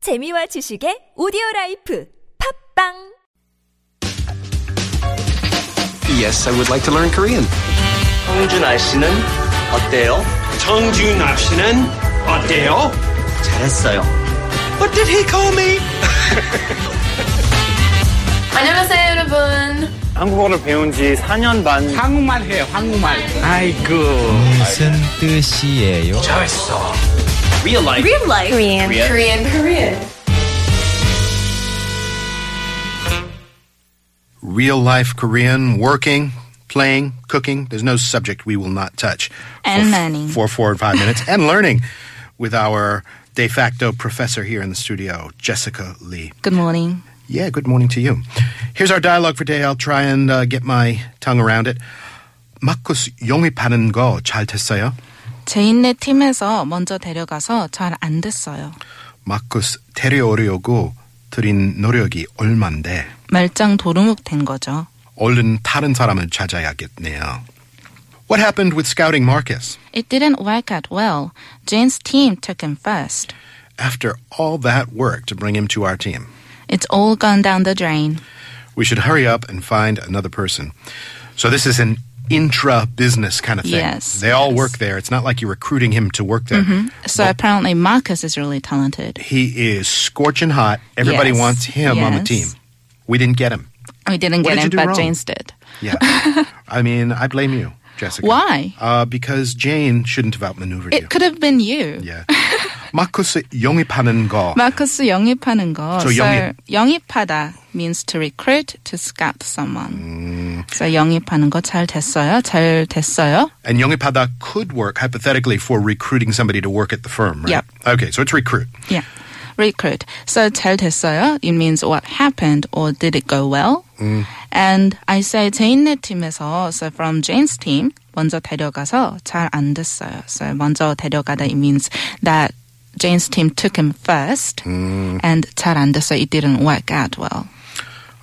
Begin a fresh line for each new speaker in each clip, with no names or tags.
재미와 지식의 오디오 라이프 팝빵
Yes, I would like to learn Korean.
성준아 씨는 어때요?
정준합 씨는 어때요?
잘했어요.
What did he call me?
안녕하세요 여러분.
한국어를 배운 지 4년 반
Real life.
Korean. Korean. Korean.
real life Korean, working, playing, cooking. There's no subject we will not touch. And learning. For four and five minutes. and learning with our de facto professor here in the studio, Jessica Lee.
Good morning.
Yeah, good morning to you. Here's our dialogue for today. I'll try and uh, get my tongue around it. 마크스 영입하는 거 잘 됐어요?
제인네 팀에서 먼저 데려가서 잘 안 됐어요.
마크스 데려오려고 들인 노력이 얼만데
말짱 도루묵 된 거죠.
얼른 다른 사람을 찾아야겠네요. What happened with scouting Marcus?
It didn't work out well. Jane's team took him first.
after all that work to bring him to our team.
It's all gone down the drain.
We should hurry up and find another person. So this is an intra business kind of thing.
Yes,
They all
yes. Mm-hmm.
work there. It's not like you're recruiting him to work there.
So apparently Marcus is really talented.
He is scorching hot. Everybody
Yes,
wants him on the
yes.
team. We didn't get him.
We didn't
What
get
did you
him,
do
but
wrong?
Jane's did.
Yeah. I mean, I blame you, Jessica.
Why?
Uh, because Jane shouldn't have outmaneuvered you.
It could have been you.
Yeah. 마크스 영입하는 거.
마커스 영입하는 거.
So 영입.
영입하다 means to recruit, to scout someone.
음.
So 영입하는 거 잘 됐어요? 잘 됐어요?
And 영입하다 could work hypothetically for recruiting somebody to work at the firm, right?
Yep.
Okay, so it's recruit.
Yeah. Recruit. So 잘 됐어요. It means what happened or did it go well?
Mm.
And I say 제인네 팀에서 so from Jane's team 먼저 데려가서 잘 안 됐어요. So 먼저 데려가다 it means that Jane's team took him first
Mm.
and 잘 안 됐어요. It didn't work out well.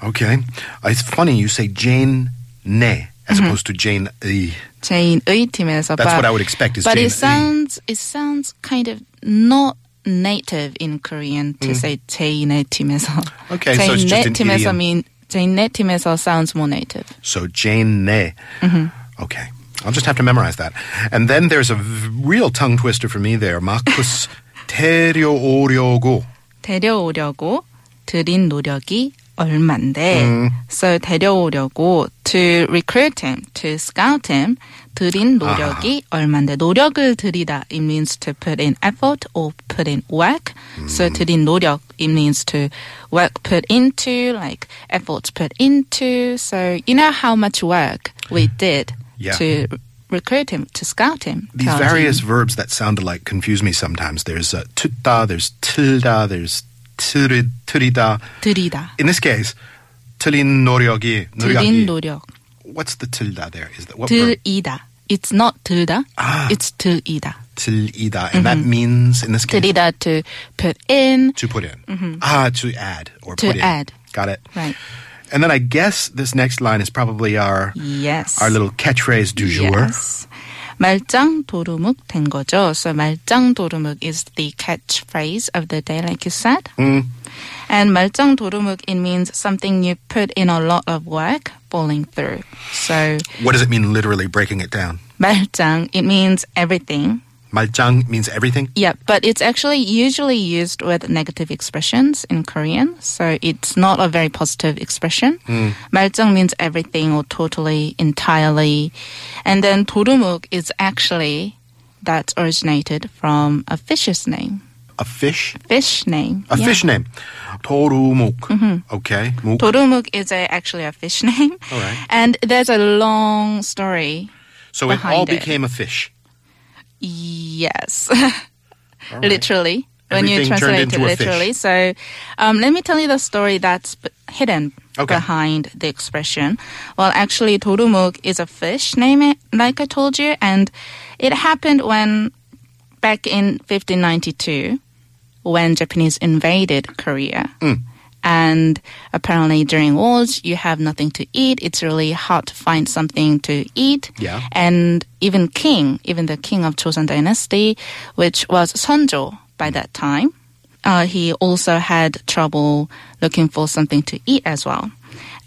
Okay. Uh, It's funny you say Jane Ne as
Mm-hmm.
opposed to Jane E.
제인의 팀에서
That's
but-
what I would expect is
But
Jane E.
it sounds it sounds kind of not native in Korean to say 제인의 팀에서.
Mm. Okay, so it's just
제인의
an
팀에서
idiom.
mean 제인의 팀에서 sounds more native.
E. So Jane Ne.
Mm-hmm.
Okay. I'll just have to memorize that. And then there's a v- real tongue twister for me there. Marcus 데려오려고.
데려오려고 들인 노력이 얼만데. So 데려오려고 to recruit him, to scout him 들인 노력이 얼만데. 노력을 들이다 it means to put in effort or put in work. So 들인 노력 it means to work put into like efforts put into. So you know how much work we did
Yeah.
to recruit him, to scout him.
These
count him.
various verbs that sound alike confuse me sometimes. There's uh, tutda, there's tilda, there's turid, turida.
들이다.
In this case, 틀린 노력이,
들인
노력이.
노력.
What's the tilda there? Is that what verb?
들이다. It's not 들다. It's 들이다.
들이다, and that
Mm-hmm.
means in this case
들이다 to put in.
to put in. Ah, to add
Mm-hmm.
or
To
put in.
add.
Got it.
Right.
And then I guess this next line is probably our
Yes.
our little catchphrase du jour.
Yes. 말짱 도루묵 된 거죠. So 말짱 도루묵 is the catchphrase of the day, like you said. And 말짱 도루묵 it means something you put in a lot of work, falling through. So
What does it mean literally breaking it down?
말짱 it means everything.
Maljang means everything.
Yeah, but it's actually usually used with negative expressions in Korean, so it's not a very positive expression.
Hmm.
말짱 means everything or totally, entirely. And then 도루묵 is actually that's originated from a fish's name.
A fish.
Fish name. yeah.
A
Mm-hmm.
fish name. Torumuk. Okay. Muk.
도루묵 is a, actually a fish name.
Alright.
And there's a long story.
so it all
behind it.
became a fish.
Yes. literally. When you
Everything
translate
turned
it
into a fish.
literally. So um, let me tell you the story that's b- hidden
Okay.
behind the expression. Well, actually, Torumuk is a fish name, it- like I told you, and it happened when back in 1592 when Japanese invaded Korea.
Mm.
And apparently during wars, you have nothing to eat. It's really hard to find something to eat.
Yeah.
And even
Mm.
king, even the king of Joseon dynasty, which was Sonjo by that time, uh, he also had trouble looking for something to eat as well.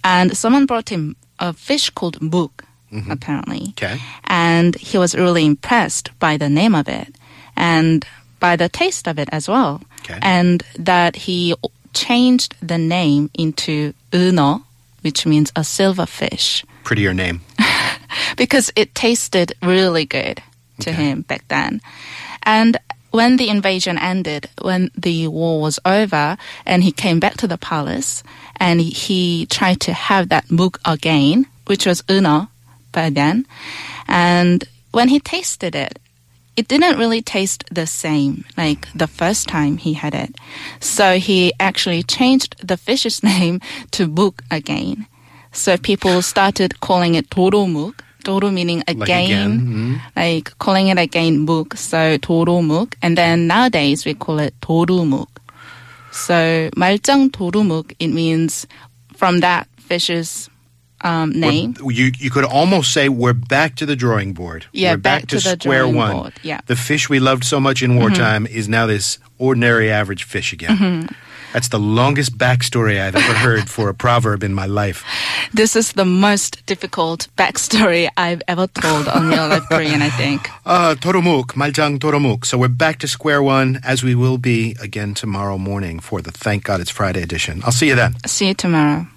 And someone brought him a fish called muk, apparently.
Mm-hmm. Okay.
And he was really impressed by the name of it and by the taste of it as well.
Okay.
And that he o- changed the name into uno, which means a silverfish,
Prettier name.
because it tasted really good to him back then. And when the invasion ended, when the war was over, and he came back to the palace, and he tried to have that mug again, which was uno by then. And when he tasted it, it didn't really taste the same like the first time he had it. So he actually changed the fish's name to muk again. So people started calling it Toro muk. Toro meaning again, like,
again,
calling it again muk. So Toro muk. And then nowadays we call it Toru muk. So 말짱 Toru muk, it means from that fish's um, name.
We're- You you could almost say we're back to the drawing board.
Yeah,
we're
back
back, to,
to the
square
drawing
one.
board, yeah. Mm-hmm.
The fish we loved so much in wartime is now this ordinary average fish again. That's the longest backstory I've ever heard for a proverb in my life.
This is the most difficult backstory I've ever told on Real Life Korean, I think.
Uh, Toromuk, Maljang Toromuk. So we're back to square one, as we will be again tomorrow morning for the Thank God It's Friday edition. I'll see you then.
See you tomorrow.